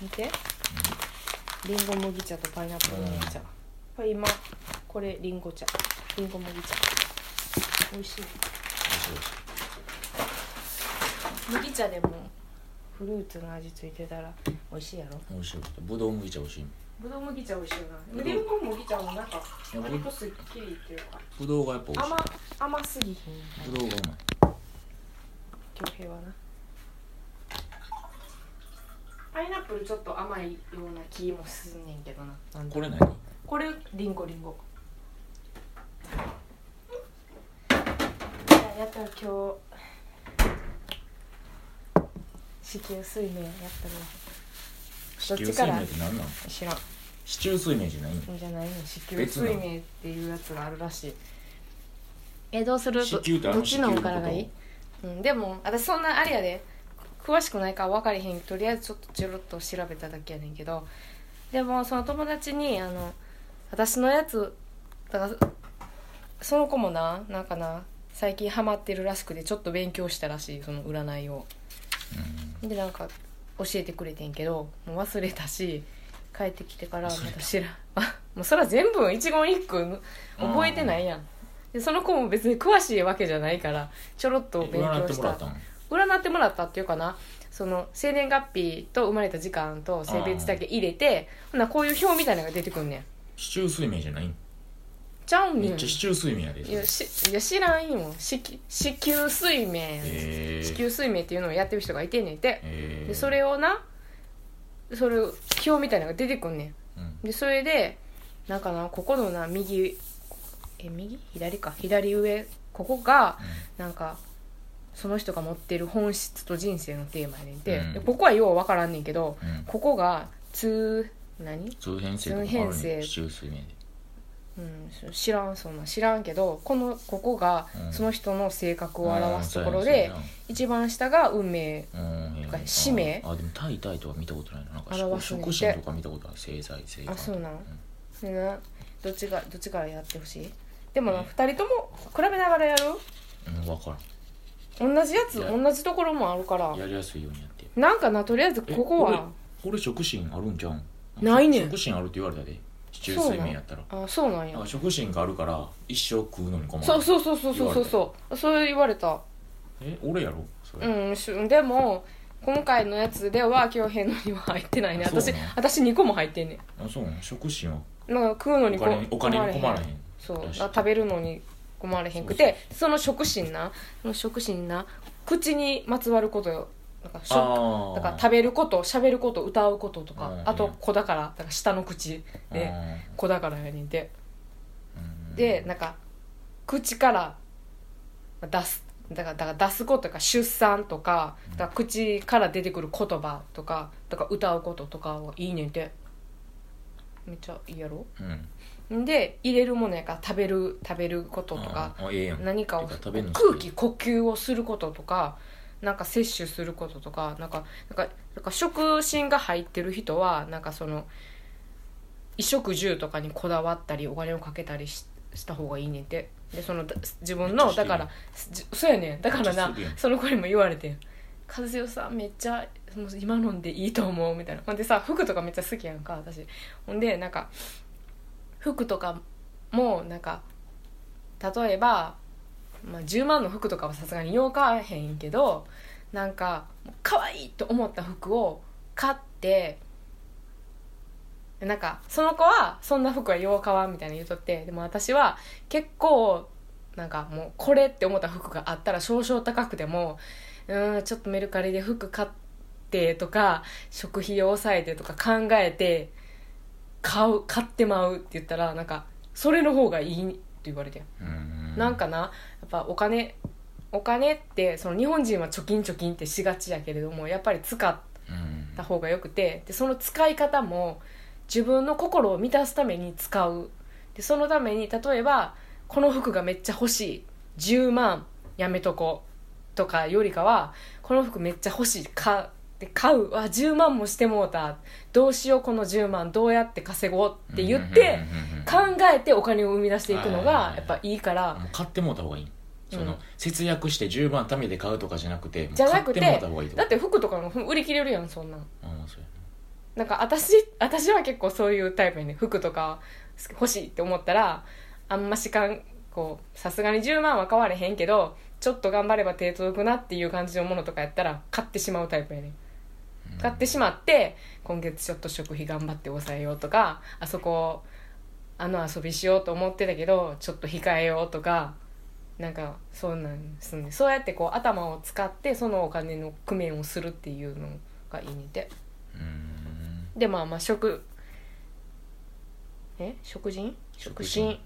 見てりんご麦茶とパイナップル麦茶これ今これりんご茶りんご麦茶美味しい麦茶でもフルーツの味ついてたら美味しいやろ美味しいぶどう麦茶美味しいぶどう麦茶美味しいよぶなどうりんご麦茶もなんかや割とすっきりっていうかぶどうがやっぱ美味し甘甘すぎひんいぶどうがうまい京平はなパイナップルちょっと甘いような気もすんねんけどななんだこれ何これリンゴリンゴやったら今日子宮水明やったらどっ子宮ち水から明って何なの知らん市中水明じゃないのじゃないの子宮別な水の明っていうやつがあるらしいえどうする子宮ってあどのっ子ちの宮方のこからがいい、うん、でも私そんなあれやで詳しくないから分かれへんとりあえずちょっとちょろっと調べただけやねんけどでもその友達にあの私のやつだからその子もななんかな最近ハマってるらしくてちょっと勉強したらしいその占いをでなんか教えてくれてんけどもう忘れたし帰ってきてからま忘れたた知らんもうそら全部一言一句覚えてないやんでその子も別に詳しいわけじゃないからちょろっとと勉占っ強てしもらたったの占ってもらったっていうかなその生年月日と生まれた時間と性別だけ入れてほなこういう表みたいなのが出てくんねん市中水明じゃないのちゃうんねめんっちゃ市中水明やでいやしいや知らんよ子宮子宮睡眠やねんえ子ー宮睡眠っていうのをやってる人がいてんねんてえーでそれをなそれ表みたいなのが出てくんねうんんでそれでなんかなここのな右え右左か左上ここがなんかその人が持ってる本質と人生のテーマやねんて、うんでここはよう分からんねんけどうんうんここが通何、通編成とか通あ編る成ね市中水明でうん、そ知らんそんなん知らんけどこのここがうんその人の性格を表すところうでんそうやな一番下が運命そうやなうんとか使命あでもタイタイとは見たことないななんか表すんで食神とか見たことある製剤製剤あそうなんんでなどっちがどっちからやってほしいでもな、うん2人とも比べながらやるうん分か同じやついや同じところもあるかららんやりやすいようにやってなんかなとりあえずここえは俺食神あるんじゃうんないねん食神あるって言われたで市中水明やったらあそうなんなやんか食神があるから一生食うのに困るそうそうそうそうそうそう言そうそれ言われたえ俺やろそれ、うんしでも今回のやつでは京平のには入ってないねそうな私の私2個も入ってんねあそうなの食神はんなんか食うのにおこ金お金に困らへんんそうらしいだから食べるのに困れへんくてその食心なその食心な口にまつわることよなんか食あだから食べること喋ること歌うこととか、うんあと子だからだから下の口べで子だからやねんてでなんか口から出すだからだから出すこととか出産とかだから口から出てくる言葉とかだから歌うこととかはいいねんてめっちゃいいやろうんんで入れるものやから食べる食べることとかあーあええやん何かをてか食べるの空気呼吸をすることとかなんか摂取することとかなんかなんかなんか食品が入ってる人はなんかその衣食住とかにこだわったりお金をかけたりしした方がいいねんてでそのだ自分めのっちだゃしてるからじそうやねんだからめっちゃしなてるやんその子にも言われてん「和代さんめっちゃもう今のんでいいと思う」みたいなほんでさ服とかめっちゃ好きやんか私ほんでなんか服とかもなんか例えば、まあ、10万の服とかはさすがによう買わへんけどなんか可愛いと思った服を買ってなんかその子はそんな服はよう買わんみたいな言うとってでも私は結構なんかもうこれって思った服があったら少々高くてもうーんちょっとメルカリで服買ってとか食費を抑えてとか考えて買う買ってまうって言ったらなんかそれの方がいいって言われてうんなんかなやっぱお金お金ってその日本人は貯金貯金ってしがちやけれどもやっぱり使っうんた方がよくてでその使い方も自分の心を満たすために使うでそのために例えばこの服がめっちゃ欲しい10万やめとこうとかよりかはこの服めっちゃ欲しいかで買うわ10万もしてもうたどうしようこの10万どうやって稼ごうって言って、うん考えてお金を生み出していくのがやっぱいいからもう買ってもうた方がいいその、うん節約して10万貯めて買うとかじゃなくてもうじゃなくて買ってもうた方がいいとだって服とかも売り切れるやんそんなんああそうやなんか私私は結構そういうタイプにね服とか欲しいって思ったらあんましかんこうさすがに10万は買われへんけどちょっと頑張れば手届くなっていう感じのものとかやったら買ってしまうタイプやねうん買ってしまって今月ちょっと食費頑張って抑えようとかあそこあの遊びしようと思ってたけどちょっと控えようとかなんかそんなんすんねそうやってこう頭を使ってそのお金の工面をするっていうのがいいねんてうんでまあまあ食え食人食食人人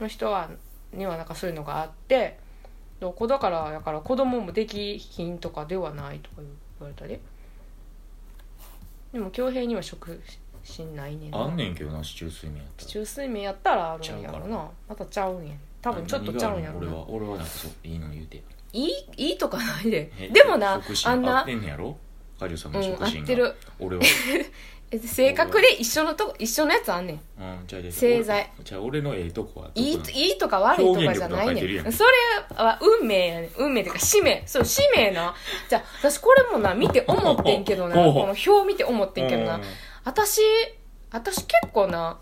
の人はにはなんかそういうのがあってでお子だからだから子供もできひんとかではないとか言われたででも恭平には食しんないねんなあんねんけどな市中睡眠やった地ら中睡眠やったらあるんやろちゃうかなまたちゃうんやん多分ちょっと何ちゃがうあんるんやろ俺なは俺はなんかそういいの言うていいいいとかないでえでもな食あん合なってんねやろカリオさんうのん食合神がってる俺はえ性格で一緒のとこ一緒のやつあんねんうんじゃあじゃあ製剤じゃあ俺のええとこはどこいいなのいいとか悪いとかじゃない表現力とか書いねてるやんんそれは運命やねん運命っていうか使命そう使命なじゃあ私これもな見て思ってんけどなおうこの表見て思ってんけどなうん私私結構な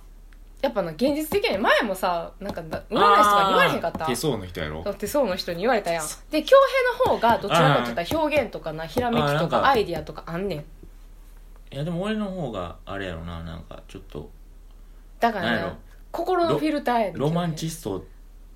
やっぱな現実的に前もさなんかな占い師とかに言われへんかったあー手相の人やろだってそうの人に言われたやんで恭平の方がどちらかといったら表現とかなひらめきあーなとんかかアイディアとかあんねんいやでも俺の方があれやろななんかちょっとだからなんやねろ心のフィルターやねんロマンチスト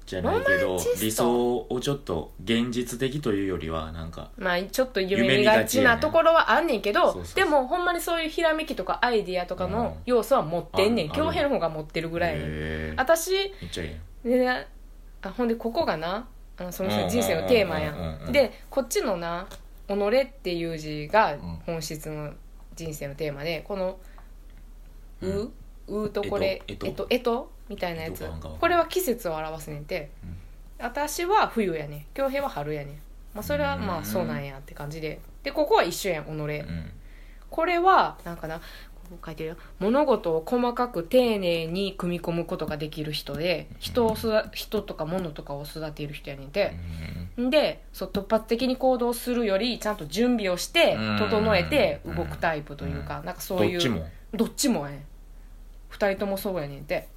じゃないけロマどンチスト理想をちょっと現実的というよりはなんかまあ、ちょっと夢見がちなところはあんねんけど、夢見がちでやねもほんまにそういうひらめきとかアイディアとかの要素は持ってんねんうんあ恭平の方が持ってるぐらいやねん、へー私めっちゃえねあほんでここがなあのそのうんうんうん人人うん生のテーマやうんうんうんんでこっちのな「己」っていう字がん本質の人生のテーマでこの「う」うんう」とこれ「ええっっとと」えっとみたいなやつえっとかなんかわかんないこれは季節を表すねんて、うん私は冬やねん恭平は春やねん、まあ、それはまうあんそうなんやって感じででここは一緒やん「己」えうんこれはなんかなここ書いてるよ物事を細かく丁寧に組み込むことができる人で人を育人とか物とかを育てる人やねんて、んでそう突発的に行動するよりちゃんと準備をしてうん整えて動くタイプというか、うなんかそうどいうっちもどっちもやねん2人ともそうやねんて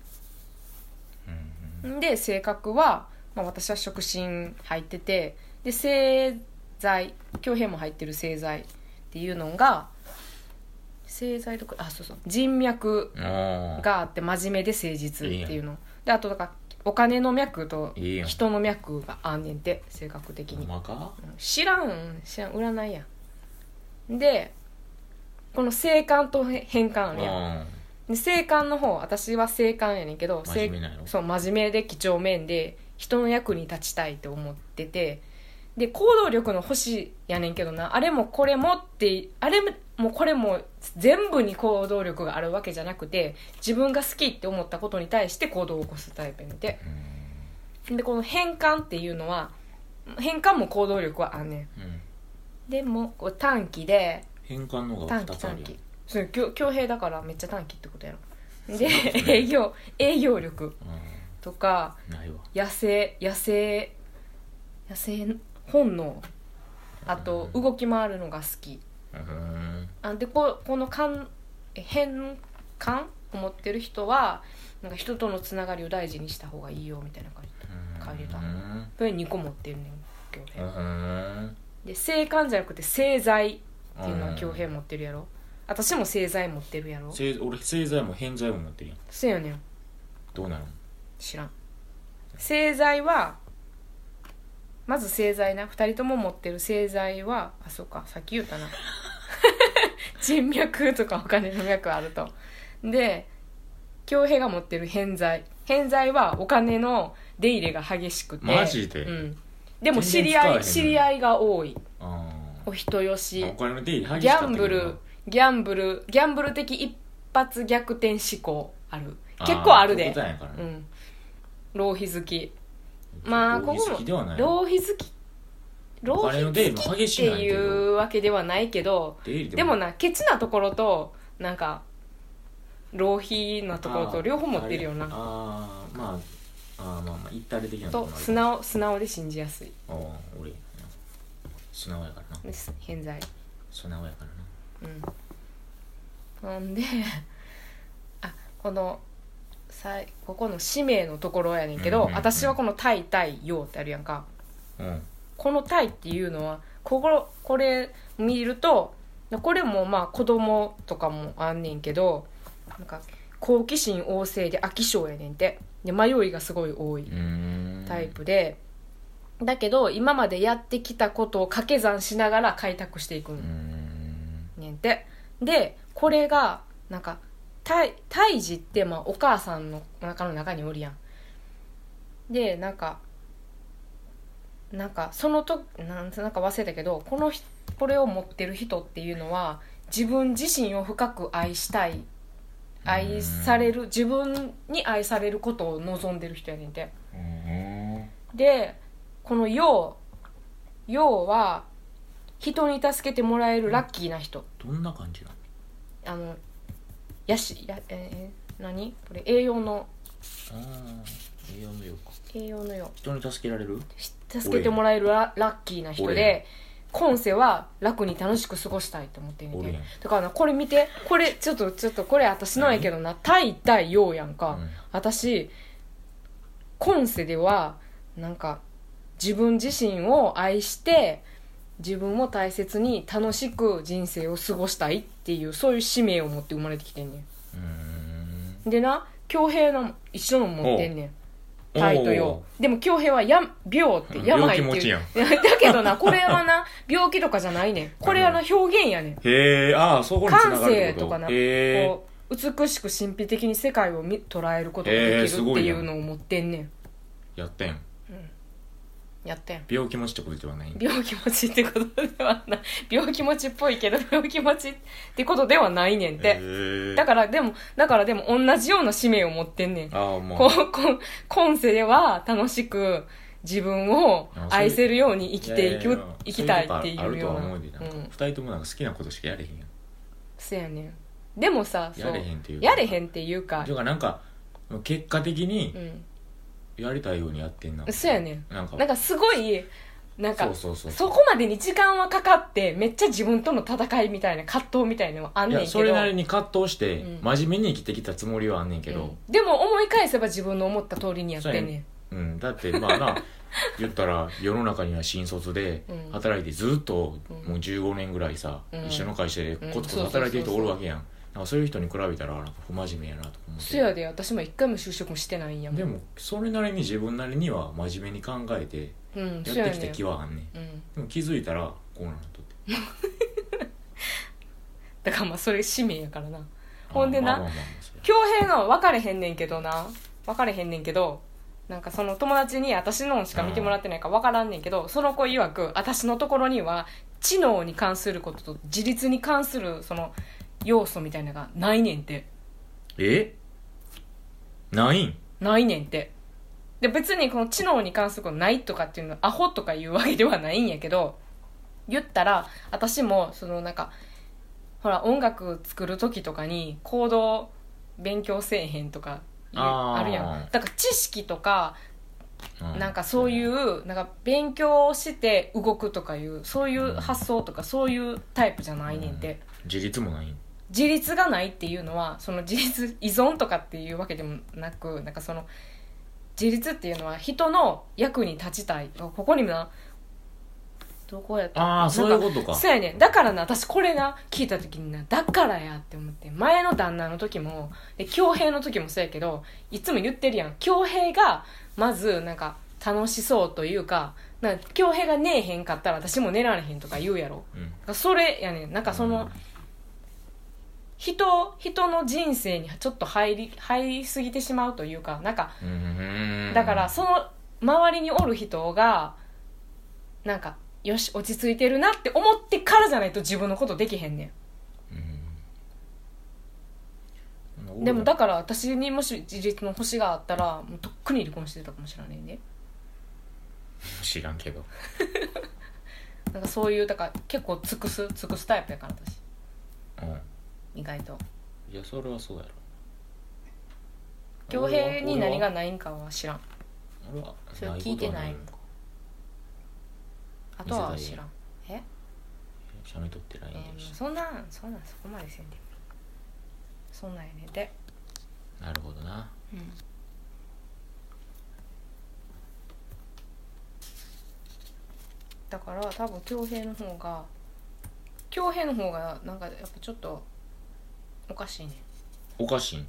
うんんで性格は、まあ、私は触診入っててで製剤強平も入ってる製剤っていうのが製剤とかあそうそう人脈うんあーがあって真面目で誠実っていうのであとだからお金の脈といいやん人の脈があんねんて性格的ほにんまか知らん知らん占いやんでこの正感と変換あるやんうんで生還の方私は生還やねんけど真面目なんやろせいそう真面目で几帳面で人の役に立ちたいって思っててで行動力の星やねんけどなあれもこれもってあれもこれも全部に行動力があるわけじゃなくて自分が好きって思ったことに対して行動を起こすタイプやねんてうんでこの変換っていうのは変換も行動力はあんねうんんでもこう短期で変換のが短2期つ短あるやん期そうきょ恭平だからめっちゃ短期ってことやろでそうですね営業営業力うとかんないわ野生野生野生本能あとうん動き回るのが好きうんあでここの感え変感を持ってる人はなんか人とのつながりを大事にした方がいいよみたいな感じ帰りだうんこれ2個持ってるねん恭う平んで性感じゃなくて性罪っていうのはうん恭平持ってるやろ私も性罪持ってるやろせい俺製剤も偏在も持ってるやんそうやねんどうなの知らん製剤はまず製剤な2人とも持ってる製剤はあそうかさっき言ったな 人脈とかお金の脈あるとで恭平が持ってる偏在偏在はお金の出入れが激しくてマジでうん、でも知全然り使合わへんのいに知り合いが多いあーお人よしお金の出入り激ギしかャったンけブどなルギャンブルギャンブル的一発逆転思考あるあー結構あるでそういうことやからうねん浪費好きまあ浪費好きではない浪費好き浪お費好金のき出入りも激っしいなんてやけどいうわけではないけど出入りでもなケチなところとなんか浪費なところと両方持ってるよあーなあーまああーまあまあ一体的なと素あ直素直で信じやすいあー俺素直やからなです偏在素直やからなうんほんで あこのさいここの氏名のところやねんけど、うんうんうん私はこの「タイタイヨウ」ってあるやんかうんこの「タイ」っていうのはこここれ見るとこれもまあ子供とかもあんねんけどなんか好奇心旺盛で飽き性やねんてで迷いがすごい多いうーんタイプで、だけど今までやってきたことを掛け算しながら開拓していくうーんんねんて、でこれがなんか胎胎児ってまあお母さんのお腹の中におるやんでなんかなんかそのとなんなんか忘れたけどこのひこれを持ってる人っていうのは自分自身を深く愛したい愛される自分に愛されることを望んでる人やねんてうーんでこの「よう」「よう」は人に助けてもらえるラッキーな人どんな感じなあのやしやえー、何これ栄養ののああ栄養のようか栄養のよ人に助けられるし助けてもらえるララッキーな人で今世は楽に楽しく過ごしたいと思ってんねん俺けやどんだからなこれ見てこれちょっとちょっとこれ私のやけどな「対対陽」やんか、うん私今世ではなんか自分自身を愛して自分を大切に楽しく人生を過ごしたいっていうそういう使命を持って生まれてきてんねうーんんでな恭平の一緒の持ってんねんタイとお陽ーでも恭平はや病って病っていう病気持ちやん だけどなこれはな病気とかじゃないねんこれはな表現やねんへえああそこに繋感がるっ性てこととかな、へえこう美しく神秘的に世界を見捉えることがでへーきするっごていいやんうのを持ってんねんやったやんやったやん病気持ちってことではない病気持ちってことではない 病気持ちっぽいけど病気持ちってことではないねんて、だらからでもだからでも同じような使命を持ってんねんああもうこうこう今世では楽しく自分を愛せるように生きていくややや生きたいっていそうういうとよこうなあるとは思ううでなんかん2人ともなんか好きなことしかやれへんやんそやねんでもさそうやれへんっていうかやれへんっていうかだからなんか結果的にうんやりたいようにやってんなそうやねんなんかなんかすごいなんかそうそうそうそこまでに時間はかかってめっちゃ自分との戦いみたいな葛藤みたいなのはあんねいんけやどそれなりに葛藤してうん真面目に生きてきたつもりはあんねんけどうんでも思い返せば自分の思った通りにやってんねそうやんうんだってまあな 言ったら世の中には新卒でうん働いてずっとうんもう15年ぐらいさうん一緒の会社でうんコツコツ働いてる人おるわけやんなんかそういう人に比べたらなんか不真面目やなとか思ってそやで私も一回も就職もしてないんやもんでもそれなりに自分なりには真面目に考えてうんそややってねきた気はあんねんうんでも気づいたらこうなっとってだからまあそれ使命やからなほんでなあまあまあまあまあそれ恭平の分かれへんねんけどな分かれへんねんけどなんかその友達に私のしか見てもらってないから分からんねんけどその子曰く私のところには知能に関することと自立に関するその要素みたいなのがないねんてえないんないねんてで別にこの知能に関することないとかっていうのはアホとかいうわけではないんやけど言ったら私もそのなんかほら音楽作る時とかに行動勉強せえへんとかいうああーるやんだから知識とかうんなんかそういうなんか勉強して動くとかいうそういう発想とかそういうタイプじゃないねんて、自立もないん自立がないっていうのはその自立依存とかっていうわけでもなくなんかその自立っていうのは人の役に立ちたいここにもなどこやったああそういうことかそうやねんだからな私これな聞いた時になだからやって思って前の旦那の時もで恭平の時もそうやけどいつも言ってるやん恭平がまずなんか楽しそうというかなんか恭平が寝えへんかったら私も寝られへんとか言うやろうんそれやねんなんかその、人人の人生にちょっと入り入りすぎてしまうというかなんかうんだからその周りにおる人がなんかよし落ち着いてるなって思ってからじゃないと自分のことできへんねうんんでもだから私にもし自立の星があったらもうとっくに離婚してたかもしれないね知らんけどなんかそういうだから結構尽くす尽くすタイプやから私うん意外といやそれはそうやろ恭平に何がないんかは知らん俺はそれ聞いてないあとは知らんえしゃべとってないえんーでしそんなんそんなんそこまでせんでそんなんやねんてなるほどなうんだから多分恭平の方が恭平の方がなんかやっぱちょっとおかしいね おかしいん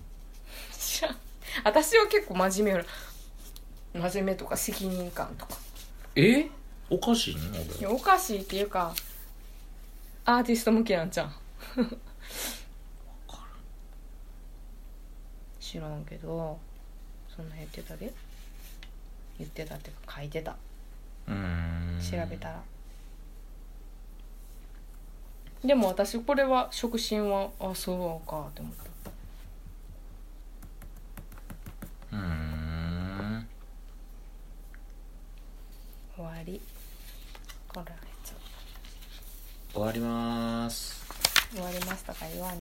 知らん私は結構真面目やろ真面目とか責任感とかえおかしいんい俺やおかしいっていうかアーティスト向けやんちゃん 知らんけどそんな言ってたで言ってたっていうか書いてたうーん調べたら、でも私これは触診はあそうかって思ったうーん終わりこれはちょっ終わりますと終わりますとか言わん